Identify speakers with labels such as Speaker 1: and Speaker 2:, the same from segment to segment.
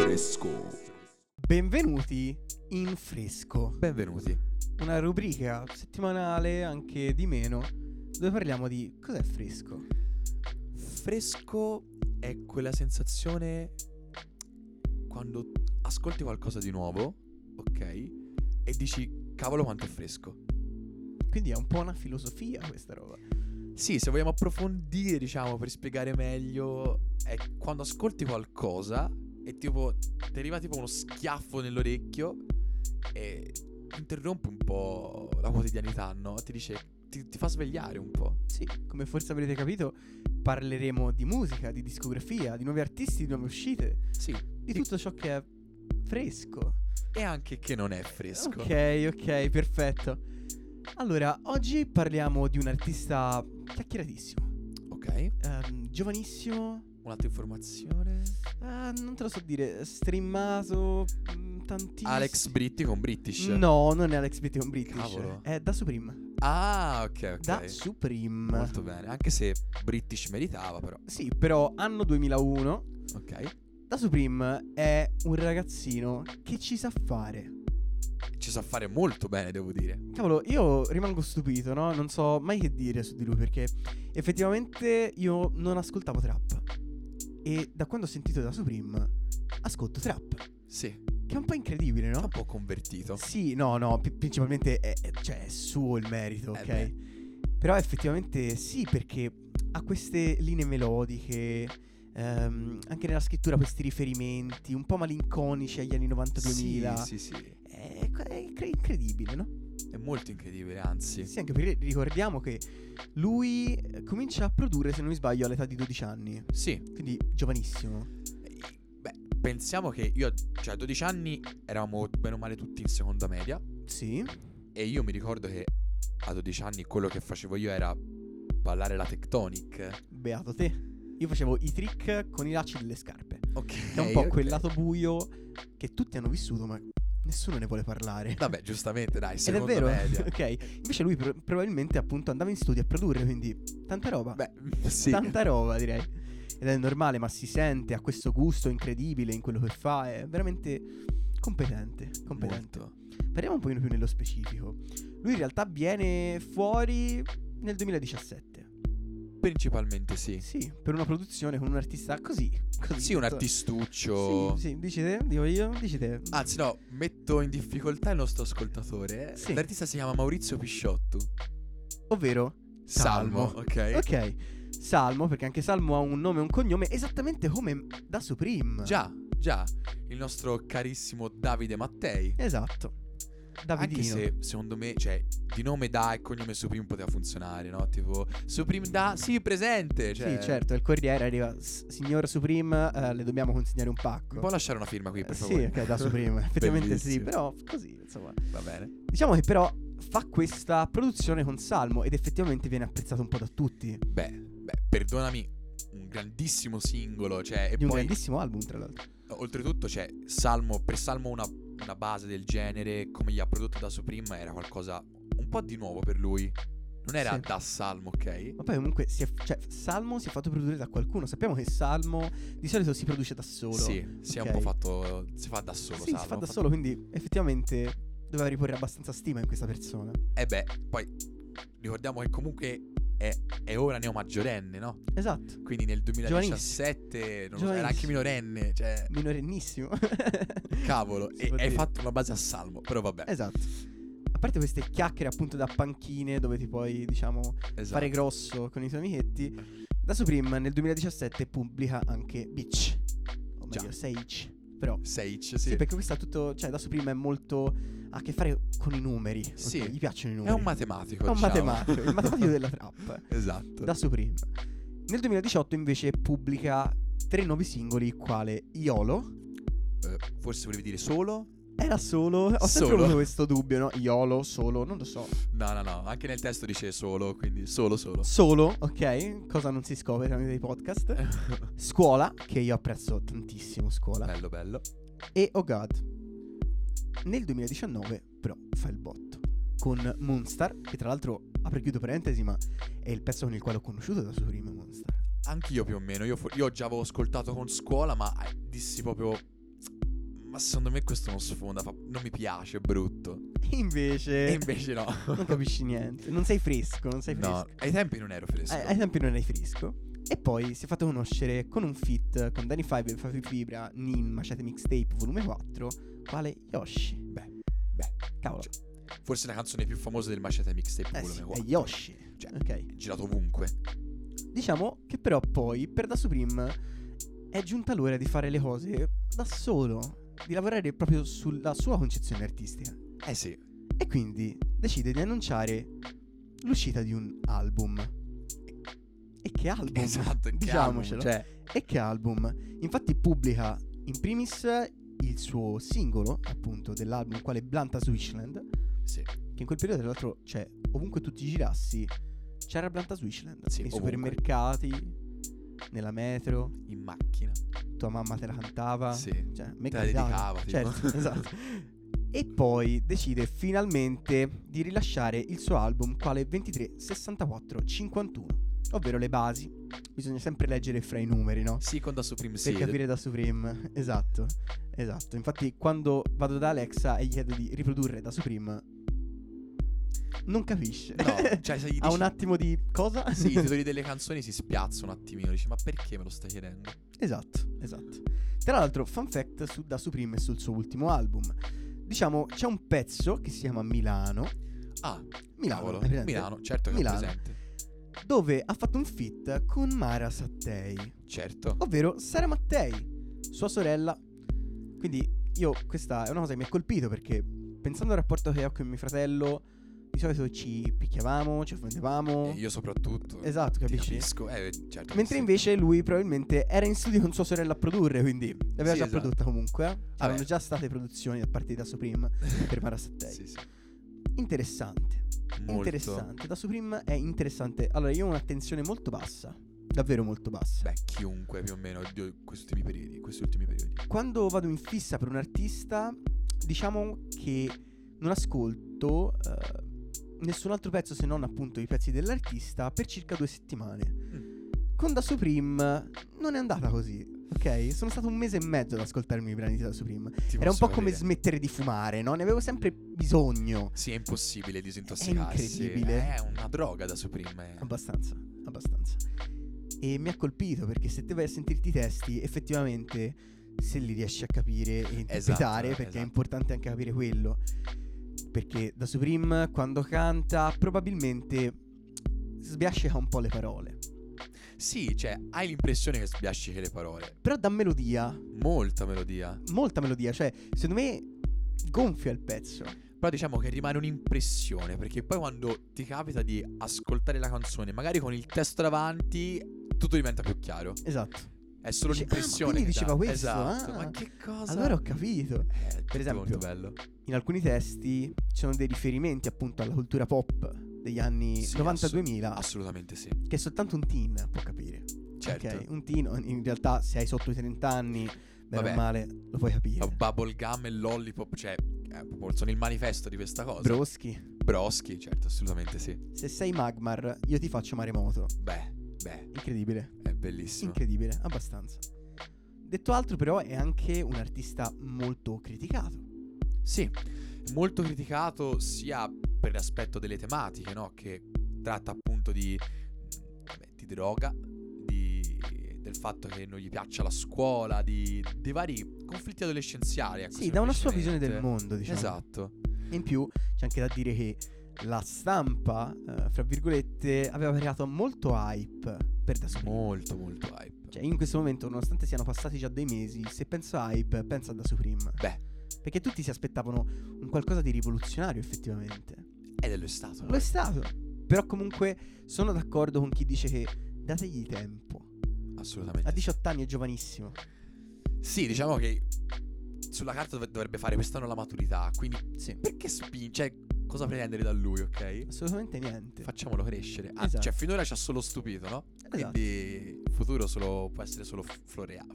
Speaker 1: fresco.
Speaker 2: Benvenuti in Fresco,
Speaker 1: Benvenuti.
Speaker 2: una rubrica settimanale, anche di meno, dove parliamo di cos'è fresco.
Speaker 1: Fresco è quella sensazione quando ascolti qualcosa di nuovo, ok? E dici cavolo quanto è fresco.
Speaker 2: Quindi è un po' una filosofia questa roba.
Speaker 1: Sì, se vogliamo approfondire, diciamo, per spiegare meglio, è quando ascolti qualcosa e tipo ti arriva tipo uno schiaffo nell'orecchio e ti interrompe un po' la quotidianità, no? Ti dice ti, ti fa svegliare un po'.
Speaker 2: Sì, come forse avrete capito, parleremo di musica, di discografia, di nuovi artisti, di nuove uscite,
Speaker 1: Sì,
Speaker 2: di tutto ciò che è fresco.
Speaker 1: e anche che non è fresco.
Speaker 2: Ok, ok, perfetto. Allora, oggi parliamo di un artista chiacchieratissimo,
Speaker 1: Ok.
Speaker 2: ehm, giovanissimo,
Speaker 1: Un'altra informazione.
Speaker 2: Ah, non te lo so dire. Streamato mm, tantissimo.
Speaker 1: Alex Britti con British.
Speaker 2: No, non è Alex Britti con British.
Speaker 1: Cavolo.
Speaker 2: È da Supreme.
Speaker 1: Ah, ok, ok.
Speaker 2: Da Supreme.
Speaker 1: Molto bene. Anche se British meritava, però.
Speaker 2: Sì, però anno 2001.
Speaker 1: Ok.
Speaker 2: Da Supreme è un ragazzino che ci sa fare.
Speaker 1: Ci sa fare molto bene, devo dire.
Speaker 2: Cavolo, io rimango stupito, no? Non so mai che dire su di lui perché effettivamente io non ascoltavo trap. E da quando ho sentito da Supreme ascolto trap.
Speaker 1: Sì.
Speaker 2: Che è un po' incredibile,
Speaker 1: È
Speaker 2: no?
Speaker 1: un po' convertito.
Speaker 2: Sì, no, no, pi- principalmente è, è- cioè, è suo il merito,
Speaker 1: Eh
Speaker 2: ok?
Speaker 1: beh.
Speaker 2: Però effettivamente sì, perché ha queste linee melodiche, ehm, anche nella scrittura questi riferimenti, un po' malinconici agli anni 90-2000.
Speaker 1: Sì, sì, sì.
Speaker 2: È, è incre- incredibile, no?
Speaker 1: È molto incredibile, anzi.
Speaker 2: Sì, anche perché ricordiamo che lui eh, comincia a produrre, se non mi sbaglio, all'età di 12 anni,
Speaker 1: Sì.
Speaker 2: quindi giovanissimo.
Speaker 1: Beh, pensiamo che io, cioè, a 12 anni eravamo bene o male tutti in seconda media.
Speaker 2: Sì,
Speaker 1: E io mi ricordo che a 12 anni quello che facevo io era ballare la Tectonic.
Speaker 2: beato te. Io facevo i trick con i lacci delle scarpe.
Speaker 1: Ok.
Speaker 2: È un po'
Speaker 1: ok.
Speaker 2: quel lato buio che tutti hanno vissuto, ma nessuno ne vuole parlare.
Speaker 1: Vabbè, giustamente, dai,
Speaker 2: Ed è
Speaker 1: seconda
Speaker 2: vero,
Speaker 1: media.
Speaker 2: ok. Invece lui pro- probabilmente appunto andava in studio a produrre, quindi tanta roba.
Speaker 1: Beh, sì.
Speaker 2: mm, Tanta roba direi. Ed è normale, ma si sente, ha questo gusto incredibile in quello che fa, è veramente competente. competente.
Speaker 1: Molto.
Speaker 2: Parliamo un pochino più nello specifico. Lui in realtà viene fuori nel 2017.
Speaker 1: Principalmente sì.
Speaker 2: Sì, per una produzione con un artista così. così
Speaker 1: Sì, un
Speaker 2: detto.
Speaker 1: artistuccio.
Speaker 2: Sì, sì, dici te, dico io, dici te.
Speaker 1: Anzi, no, metto in difficoltà il nostro ascoltatore.
Speaker 2: Sì.
Speaker 1: L'artista si chiama Maurizio Pisciotto.
Speaker 2: Ovvero
Speaker 1: Salmo,
Speaker 2: Salmo.
Speaker 1: ok.
Speaker 2: Ok, Salmo, perché anche Salmo ha un nome e un cognome esattamente come da Supreme.
Speaker 1: Già, già. Il nostro carissimo Davide Mattei.
Speaker 2: Esatto. Davidino.
Speaker 1: Anche se secondo me, cioè, di nome da e cognome Supreme poteva funzionare, no? Tipo, Supreme da, sì, presente. Cioè,
Speaker 2: Sì, certo, il corriere arriva, "S- signor Supreme, eh, le dobbiamo consegnare un pacco.
Speaker 1: Mi può lasciare una firma qui,
Speaker 2: Eh,
Speaker 1: per
Speaker 2: sì,
Speaker 1: favore?
Speaker 2: ok, da Supreme, effettivamente sì,
Speaker 1: Bellissimo.
Speaker 2: però così, insomma.
Speaker 1: Va bene.
Speaker 2: Diciamo che però fa questa produzione con Salmo ed effettivamente viene apprezzato un po' da tutti.
Speaker 1: Beh, beh, perdonami, un grandissimo singolo, cioè, e
Speaker 2: Di un
Speaker 1: poi...
Speaker 2: grandissimo album, tra l'altro.
Speaker 1: Oltretutto, c'è Salmo, per Salmo una, una base del genere, come gli ha prodotto da Supreme, era qualcosa un po' di nuovo per lui. Non era
Speaker 2: Sì.
Speaker 1: da Salmo, ok?
Speaker 2: Ma poi comunque si è- cioè, Salmo si è fatto produrre da qualcuno. Sappiamo che Salmo di solito si produce da solo.
Speaker 1: Sì, si è
Speaker 2: ok.
Speaker 1: un po' fatto. Si fa da solo,
Speaker 2: Ah, Sì,
Speaker 1: Salmo.
Speaker 2: si fa da solo, quindi effettivamente doveva riporre abbastanza stima in questa persona.
Speaker 1: E Eh beh, poi ricordiamo che comunque è, è ora neomaggiorenne, no?
Speaker 2: Esatto,
Speaker 1: Quindi nel 2017 non lo so, era anche
Speaker 2: Giovanissimo.
Speaker 1: minorenne, cioè.
Speaker 2: minorennissimo.
Speaker 1: Cavolo,
Speaker 2: Si
Speaker 1: e
Speaker 2: può
Speaker 1: hai
Speaker 2: dire.
Speaker 1: fatto una base a Salmo, però vabbè.
Speaker 2: Esatto. A parte queste chiacchiere appunto da panchine dove ti puoi, diciamo,
Speaker 1: esatto.
Speaker 2: fare grosso con i tuoi amichetti, da Supreme nel 2017 pubblica anche Beach. O
Speaker 1: Già.
Speaker 2: meglio, Sage. Però...
Speaker 1: 6 sì.
Speaker 2: Sì, perché questo ha tutto, cioè da Supreme è molto ha a che fare con i numeri. ok?
Speaker 1: Sì.
Speaker 2: Gli piacciono i
Speaker 1: È
Speaker 2: numeri.
Speaker 1: un matematico.
Speaker 2: È un
Speaker 1: diciamo.
Speaker 2: matematico, il matematico della trap.
Speaker 1: Esatto.
Speaker 2: da Supreme. Nel 2018 invece pubblica tre nuovi singoli, quale Iolo.
Speaker 1: Eh, forse volevi dire solo?
Speaker 2: Era solo. Ho sempre
Speaker 1: Solo.
Speaker 2: avuto questo dubbio, no? Iolo, solo, non lo so.
Speaker 1: No, no, no, anche nel testo dice solo, quindi solo, solo.
Speaker 2: Solo, ok? Cosa non si scopre tramite dei
Speaker 1: Eh.
Speaker 2: podcast. Scuola, che io apprezzo tantissimo, scuola.
Speaker 1: bello, bello.
Speaker 2: E Oh God. Nel 2019, però, fa il botto. Con Moonstar, che tra l'altro, apro e chiudo parentesi, ma è il pezzo con il quale ho conosciuto da Supreme Moonstar.
Speaker 1: Anch'io più o meno, io, fo- io già avevo ascoltato con scuola, ma eh, dissi proprio ma secondo me questo non sfonda, fa- non mi piace, è brutto.
Speaker 2: E invece,
Speaker 1: E invece no.
Speaker 2: non capisci niente. Non sei fresco, non sei fresco.
Speaker 1: No, ai tempi non ero fresco.
Speaker 2: Ai, ai tempi Eh, non eri fresco. E poi si è fatto conoscere con un feat con Danny Five e Fafi Fibra, Nin Machete Mixtape volume 4, quale Yoshi.
Speaker 1: Beh, beh.
Speaker 2: Cavolo,
Speaker 1: Forse la canzone più famosa del Machete Mixtape
Speaker 2: eh
Speaker 1: volume
Speaker 2: sì, è eh.
Speaker 1: 4.
Speaker 2: Yoshi.
Speaker 1: Cioè,
Speaker 2: Ok.
Speaker 1: è girato ovunque.
Speaker 2: Diciamo che però poi per Da Supreme è giunta l'ora di fare le cose da solo, di lavorare proprio sulla sua concezione artistica.
Speaker 1: Eh sì,
Speaker 2: E quindi decide di annunciare l'uscita di un album. E che album?
Speaker 1: esatto, che
Speaker 2: diciamocelo.
Speaker 1: album, cioè,
Speaker 2: E che album? Infatti pubblica in primis il suo singolo, appunto, dell'album, quale Blanta Switchland,
Speaker 1: sì,
Speaker 2: che in quel periodo tra l'altro, cioè, ovunque tu ti girassi, c'era Blanta Switchland,
Speaker 1: Sì,
Speaker 2: nei
Speaker 1: ovunque.
Speaker 2: supermercati, nella metro,
Speaker 1: in macchina.
Speaker 2: tua mamma te la cantava.
Speaker 1: Sì.
Speaker 2: Cioè, a me
Speaker 1: Te la dedicava,
Speaker 2: capitava.
Speaker 1: tipo.
Speaker 2: Certo, esatto. E poi decide finalmente di rilasciare il suo album quale 236451, ovvero le basi. Bisogna sempre leggere fra i numeri, no?
Speaker 1: Sì, con da Supreme
Speaker 2: Per
Speaker 1: Seed.
Speaker 2: capire da Supreme, esatto, esatto. Infatti quando vado da Alexa e gli chiedo di riprodurre da Supreme, non capisce.
Speaker 1: No, cioè se gli
Speaker 2: ha
Speaker 1: dici...
Speaker 2: un attimo di cosa?
Speaker 1: Sì, i titoli delle canzoni si spiazza un attimino, dice ma perché me lo stai chiedendo?
Speaker 2: Esatto, esatto. Tra l'altro, fun fact su Da Supreme e sul suo ultimo album. Diciamo, c'è un pezzo che si chiama Milano.
Speaker 1: Ah,
Speaker 2: Milano,
Speaker 1: cavolo,
Speaker 2: hai presente?
Speaker 1: Milano, certo che
Speaker 2: Milano.
Speaker 1: ho presente.
Speaker 2: Dove ha fatto un feat con Mara Sattei,
Speaker 1: Certo.
Speaker 2: ovvero Sara Mattei, sua sorella. Quindi io, questa è una cosa che mi ha colpito perché pensando al rapporto che ho con mio fratello, di solito ci picchiavamo, ci offendevamo.
Speaker 1: E io soprattutto.
Speaker 2: oh. Esatto,
Speaker 1: Ti
Speaker 2: capisci?
Speaker 1: capisco, eh, certo. che
Speaker 2: Mentre
Speaker 1: sì.
Speaker 2: invece lui probabilmente era in studio con sua sorella a produrre, quindi l'aveva
Speaker 1: Sì,
Speaker 2: già
Speaker 1: esatto.
Speaker 2: prodotta comunque. eh.
Speaker 1: Vabbè.
Speaker 2: C'erano già state produzioni da parte da Supreme per Marasattei.
Speaker 1: Sì, sì.
Speaker 2: Interessante,
Speaker 1: Molto.
Speaker 2: interessante. Da Supreme è interessante. Allora, io ho un'attenzione molto bassa, davvero molto bassa.
Speaker 1: Beh, chiunque più o meno di questi ultimi periodi, questi ultimi periodi.
Speaker 2: Quando vado in fissa per un artista, diciamo che non ascolto eh, nessun altro pezzo se non appunto i pezzi dell'artista per circa due settimane.
Speaker 1: Mm.
Speaker 2: Con Da Supreme non è andata così, ok? Sono stato un mese e mezzo ad ascoltarmi i brani di Da Supreme.
Speaker 1: Ti
Speaker 2: Era un
Speaker 1: posso
Speaker 2: po' come
Speaker 1: capire.
Speaker 2: smettere di fumare, no? Ne avevo sempre bisogno.
Speaker 1: Sì, è impossibile disintossicarsi.
Speaker 2: incredibile.
Speaker 1: È una droga da Supreme. eh.
Speaker 2: Abbastanza, abbastanza. E mi ha colpito perché se te vai a sentirti i testi, effettivamente, se li riesci a capire e interpretare, perché
Speaker 1: esatto.
Speaker 2: è importante anche capire quello. Perché da Supreme, quando canta, probabilmente sbiascica un po' le parole.
Speaker 1: Sì, cioè, hai l'impressione che sbiascichi le parole.
Speaker 2: Però da melodia,
Speaker 1: Molta melodia.
Speaker 2: molta melodia, cioè, secondo me gonfia il pezzo.
Speaker 1: Però diciamo che rimane un'impressione, perché poi quando ti capita di ascoltare la canzone, magari con il testo davanti, tutto diventa più chiaro.
Speaker 2: Esatto.
Speaker 1: È solo
Speaker 2: Dici, "Ah, ma
Speaker 1: l'impressione.
Speaker 2: quindi
Speaker 1: che
Speaker 2: diceva
Speaker 1: dà."
Speaker 2: questo,
Speaker 1: Esatto.
Speaker 2: ah.
Speaker 1: Ma che cosa?
Speaker 2: Allora ho capito.
Speaker 1: Eh, tutto
Speaker 2: per esempio-
Speaker 1: molto bello.
Speaker 2: in alcuni testi ci sono dei riferimenti appunto alla cultura pop degli anni
Speaker 1: Sì,
Speaker 2: 90-2000
Speaker 1: Assolutamente sì.
Speaker 2: che soltanto un teen può capire.
Speaker 1: Certo.
Speaker 2: Ok, un teen o- in realtà se hai sotto i 30 anni, bene
Speaker 1: Vabbè.
Speaker 2: o male, lo puoi
Speaker 1: Ma
Speaker 2: capire.
Speaker 1: Bubblegum e Lollipop, cioè, eh, proprio sono il manifesto di questa cosa.
Speaker 2: Broschi,
Speaker 1: Broschi, certo, assolutamente sì.
Speaker 2: se sei Magmar io ti faccio maremoto.
Speaker 1: Beh, beh,
Speaker 2: Incredibile,
Speaker 1: è bellissimo.
Speaker 2: incredibile, abbastanza. Detto altro però è anche un artista molto criticato.
Speaker 1: Sì, molto criticato sia per l'aspetto delle tematiche, no? Che tratta appunto di, vabbè, di droga, di- del fatto che non gli piaccia la scuola, di, dei vari conflitti adolescenziali. ecco,
Speaker 2: Sì, da una sua visione
Speaker 1: semplicemente.
Speaker 2: del mondo, diciamo.
Speaker 1: Esatto.
Speaker 2: In più c'è anche da dire che la stampa, eh, fra virgolette, aveva creato molto hype per Da Supreme.
Speaker 1: Molto, molto hype.
Speaker 2: Cioè, in questo momento, nonostante siano passati già dei mesi, se penso a hype, penso a Da Supreme.
Speaker 1: Beh.
Speaker 2: Perché tutti si aspettavano un qualcosa di rivoluzionario, effettivamente.
Speaker 1: Ed è lo stato.
Speaker 2: Lo è stato. Però comunque sono d'accordo con chi dice che dategli tempo.
Speaker 1: Assolutamente.
Speaker 2: A 18 anni è giovanissimo.
Speaker 1: Sì, diciamo che sulla carta dov- dovrebbe fare quest'anno la maturità, quindi
Speaker 2: Sì.
Speaker 1: perché spinge? Cioè, cosa pretendere da lui, ok?
Speaker 2: Assolutamente niente.
Speaker 1: Facciamolo crescere. Anzi,
Speaker 2: Esatto.
Speaker 1: cioè, finora ci ha solo stupito, no?
Speaker 2: Esatto.
Speaker 1: Quindi il futuro solo può essere solo f- florea-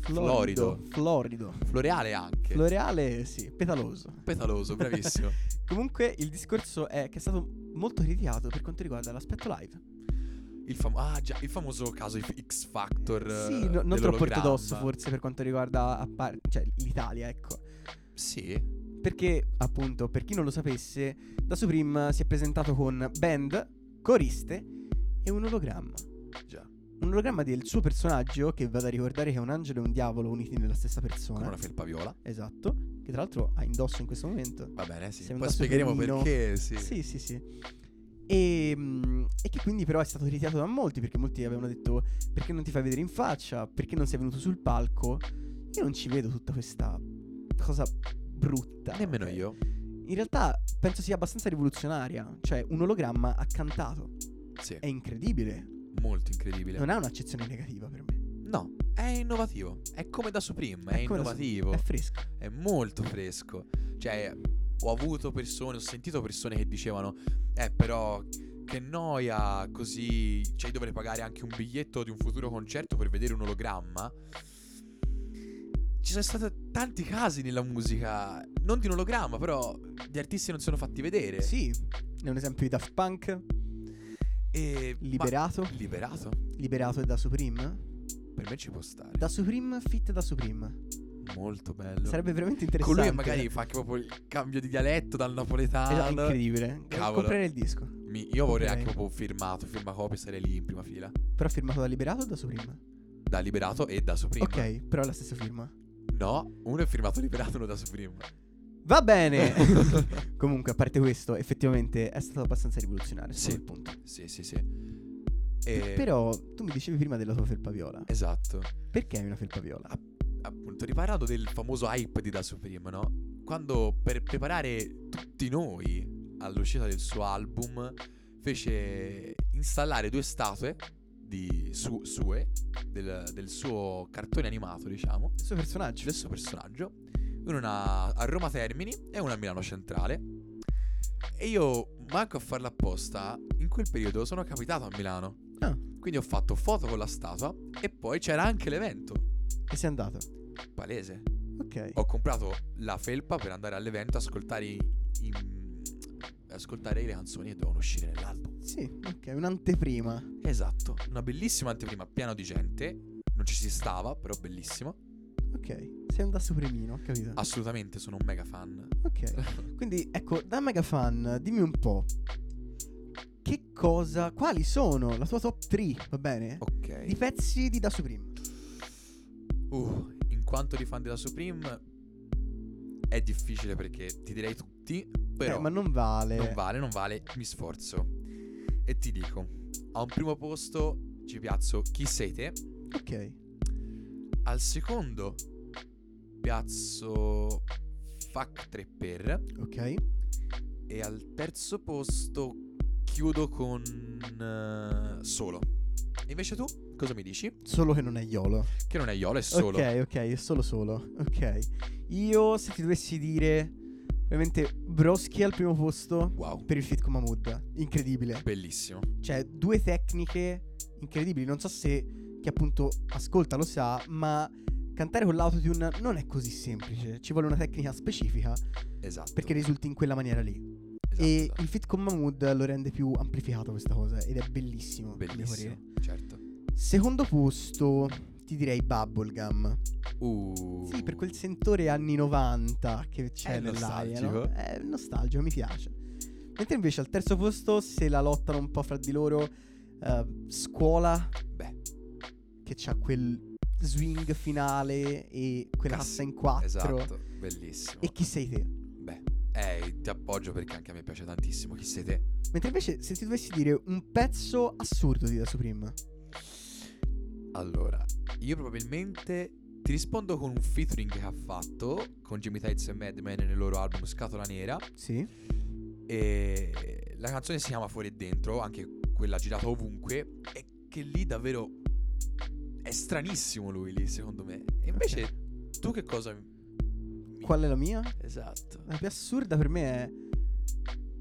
Speaker 2: Florido.
Speaker 1: Florido.
Speaker 2: Florido.
Speaker 1: floreale anche.
Speaker 2: Floreale, sì, petaloso.
Speaker 1: Petaloso, bravissimo.
Speaker 2: Comunque il discorso è che è stato molto criticato per quanto riguarda l'aspetto live.
Speaker 1: Il, fam- ah, già, il famoso caso X Factor.
Speaker 2: Sì,
Speaker 1: eh,
Speaker 2: no- non troppo
Speaker 1: dell'ologramma.
Speaker 2: ortodosso forse per quanto riguarda a par- cioè, l'Italia, ecco.
Speaker 1: Sì.
Speaker 2: Perché, appunto, per chi non lo sapesse, da Supreme si è presentato con band, coriste e un ologramma.
Speaker 1: Già. Con
Speaker 2: Un ologramma del suo personaggio, che vado a ricordare che è un angelo e un diavolo uniti nella stessa persona.
Speaker 1: una felpa viola.
Speaker 2: Esatto. Che tra l'altro ha indosso in questo momento.
Speaker 1: Va bene, sì.
Speaker 2: Sei un
Speaker 1: Poi
Speaker 2: tasso
Speaker 1: spiegheremo
Speaker 2: pienino.
Speaker 1: perché. Sì.
Speaker 2: Sì, sì, sì. E, mm, e che quindi però è stato ritirato da molti perché molti avevano detto perché non ti fai vedere in faccia, perché non sei venuto sul palco. Io non ci vedo tutta questa cosa brutta.
Speaker 1: Nemmeno
Speaker 2: ok?
Speaker 1: io.
Speaker 2: In realtà penso sia abbastanza rivoluzionaria, cioè un ologramma ha cantato,
Speaker 1: Sì.
Speaker 2: è incredibile,
Speaker 1: Molto incredibile.
Speaker 2: non ha un'accezione negativa per me.
Speaker 1: No, è innovativo. È come da Supreme, è,
Speaker 2: È come da Supreme,
Speaker 1: innovativo.
Speaker 2: È fresco.
Speaker 1: È molto fresco. Cioè, ho avuto persone, ho sentito persone che dicevano: Eh, però che noia così. Cioè, dovrei pagare anche un biglietto di un futuro concerto per vedere un ologramma. Ci sono stati tanti casi nella musica, non di un ologramma, però gli artisti non si sono fatti vedere.
Speaker 2: Sì, è un esempio di Daft Punk,
Speaker 1: E- ma-
Speaker 2: liberato,
Speaker 1: liberato?
Speaker 2: liberato è da Supreme.
Speaker 1: Per me ci può stare.
Speaker 2: Da Supreme, fit da Supreme.
Speaker 1: Molto bello.
Speaker 2: Sarebbe veramente
Speaker 1: Con
Speaker 2: interessante. Esatto,
Speaker 1: lui magari fa anche proprio il cambio di dialetto dal
Speaker 2: È
Speaker 1: napoletano.
Speaker 2: incredibile.
Speaker 1: Cavolo.
Speaker 2: Comprare il disco.
Speaker 1: Mi- io vorrei anche
Speaker 2: Ok.
Speaker 1: proprio firmato, firma copia, sarei lì in prima fila.
Speaker 2: Però firmato da Liberato o da Supreme?
Speaker 1: Da Liberato e da Supreme.
Speaker 2: Ok, però è la stessa firma.
Speaker 1: No, uno è firmato Liberato e uno da Supreme.
Speaker 2: Va bene. Comunque, a parte questo, effettivamente è stato abbastanza rivoluzionario. Sì.
Speaker 1: Sì. Eh.
Speaker 2: Quel punto.
Speaker 1: Sì, sì, sì. E-
Speaker 2: Però tu mi dicevi prima della tua felpa viola.
Speaker 1: Esatto.
Speaker 2: Perché hai una felpa viola?
Speaker 1: Ah, Appunto, riparando del famoso hype di da Supreme, no? Quando per preparare tutti noi all'uscita del suo album fece installare due statue di su- sue, del- del suo cartone animato, diciamo.
Speaker 2: Il suo personaggio.
Speaker 1: stesso personaggio, una a Roma Termini e una a Milano Centrale. E io, manco a farla apposta, in quel periodo sono capitato a Milano.
Speaker 2: Ah.
Speaker 1: Quindi ho fatto foto con la statua e poi c'era anche l'evento.
Speaker 2: E sei andato.
Speaker 1: Palese.
Speaker 2: Ok.
Speaker 1: Ho comprato la felpa per andare all'evento, ascoltare, i- i- ascoltare le canzoni che dovevano uscire nell'album.
Speaker 2: Sì, ok, un'anteprima.
Speaker 1: Esatto, una bellissima anteprima, pieno di gente. Non ci si stava, però bellissimo.
Speaker 2: Ok. Sei un da Supremino, ho capito.
Speaker 1: Ah, Assolutamente, sono un mega fan.
Speaker 2: ok. Quindi, ecco, da mega fan, dimmi un po'. Che cosa. Quali sono la tua top 3, va bene?
Speaker 1: Ok.
Speaker 2: Di pezzi di Da Supreme.
Speaker 1: Uh, in quanto di fan della Supreme è difficile perché ti direi tutti, però
Speaker 2: Eh, ma non vale.
Speaker 1: non vale, non vale, mi sforzo. E ti dico, a un primo posto ci piazzo Chi sei te,
Speaker 2: Ok.
Speaker 1: al secondo piazzo Fuck 3 per
Speaker 2: Ok.
Speaker 1: e al terzo posto chiudo con eh, Solo. Invece tu cosa mi dici?
Speaker 2: Solo che non è Iolo.
Speaker 1: Che non è Iola, è Solo.
Speaker 2: Ok, ok, è solo solo. Ok. Io se ti dovessi dire veramente Broschi al primo posto
Speaker 1: Wow,
Speaker 2: per il fit con Mahmood. Incredibile.
Speaker 1: bellissimo.
Speaker 2: Cioè, due tecniche incredibili. Non so se chi appunto ascolta lo sa, ma cantare con l'autotune non è così semplice. Ci vuole una tecnica specifica
Speaker 1: Esatto.
Speaker 2: perché risulti in quella maniera lì.
Speaker 1: esatto,
Speaker 2: e
Speaker 1: esatto.
Speaker 2: il fit con Mahmood lo rende più amplificato questa cosa ed è bellissimo. a mio
Speaker 1: Bellissimo,
Speaker 2: parere.
Speaker 1: certo.
Speaker 2: Secondo posto ti direi Bubblegum.
Speaker 1: Uh.
Speaker 2: Sì, per quel sentore anni 90 che c'è
Speaker 1: È
Speaker 2: nell'aria, no?
Speaker 1: nostalgico.
Speaker 2: È nostalgico, mi piace. Mentre invece al terzo posto se la lottano un po' fra di loro eh, Scuola
Speaker 1: Beh,
Speaker 2: che c'ha quel swing finale e quell'assa in quattro
Speaker 1: esatto, bellissimo.
Speaker 2: e chi sei te.
Speaker 1: Beh, eh, ti appoggio perché anche a me piace tantissimo. Chi sei te?
Speaker 2: Mentre invece se ti dovessi dire un pezzo assurdo di Da Supreme.
Speaker 1: Allora, io probabilmente ti rispondo con un featuring che ha fatto con Jimmy Tights e Madman nel loro album Scatola Nera.
Speaker 2: Sì.
Speaker 1: E la canzone si chiama Fuori e Dentro, anche quella girata ovunque. E che lì davvero è stranissimo lui lì, secondo me. E invece tu che cosa... mi-
Speaker 2: Qual è la mia?
Speaker 1: Esatto.
Speaker 2: La più assurda per me è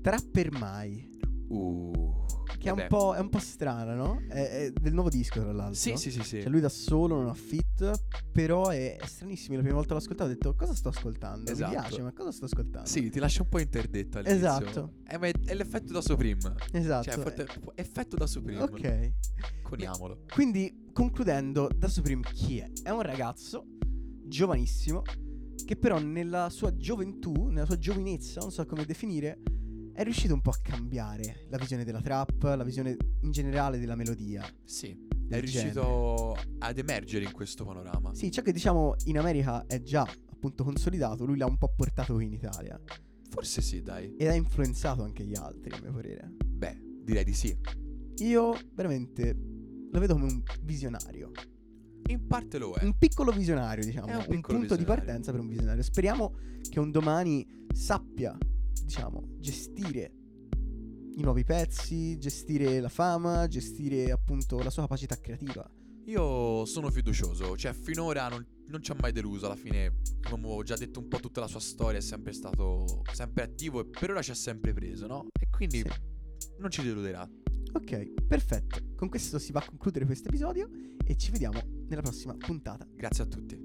Speaker 2: Trapper Mai.
Speaker 1: Uh,
Speaker 2: Che è un,
Speaker 1: Vabbè.
Speaker 2: po', è un po' strana, no? È, è del nuovo disco, tra l'altro.
Speaker 1: Sì, sì, sì, sì.
Speaker 2: Cioè, lui da solo non ha fit, però è, è stranissimo. La prima volta l'ho ascoltato ho detto cosa sto ascoltando?
Speaker 1: Esatto.
Speaker 2: Mi piace, ma cosa sto ascoltando?
Speaker 1: Sì, ti lascia un po' interdetto all'inizio.
Speaker 2: Esatto.
Speaker 1: Eh, ma è, è l'effetto da Supreme.
Speaker 2: Esatto. Eh,
Speaker 1: Cioè, forte- effetto da Supreme.
Speaker 2: ok.
Speaker 1: Coniamolo.
Speaker 2: Quindi, concludendo, da Supreme chi è? È un ragazzo giovanissimo che però nella sua gioventù, nella sua giovinezza, non so come definire, è riuscito un po' a cambiare la visione della trap, la visione in generale della melodia.
Speaker 1: Sì. È
Speaker 2: del genere.
Speaker 1: riuscito ad emergere in questo panorama.
Speaker 2: Sì, ciò che diciamo in America è già appunto consolidato, lui l'ha un po' portato qui in Italia
Speaker 1: Forse sì, dai.
Speaker 2: ed ha influenzato anche gli altri, a mio parere.
Speaker 1: Beh, direi di sì.
Speaker 2: Io veramente lo vedo come un visionario.
Speaker 1: In parte lo è.
Speaker 2: un piccolo visionario, diciamo,
Speaker 1: È un
Speaker 2: un,
Speaker 1: piccolo
Speaker 2: punto di
Speaker 1: visionario.
Speaker 2: partenza per un visionario. Speriamo che un domani sappia, diciamo, gestire i nuovi pezzi, gestire la fama, gestire appunto la sua capacità creativa.
Speaker 1: Io sono fiducioso, cioè finora non, non ci ha mai deluso, alla fine come avevo già detto un po' tutta la sua storia è sempre stato sempre attivo e per ora ci ha sempre preso, no? E quindi
Speaker 2: Sì.
Speaker 1: non ci deluderà.
Speaker 2: Ok, perfetto. Con questo si va a concludere questo episodio e ci vediamo nella prossima puntata.
Speaker 1: Grazie a tutti.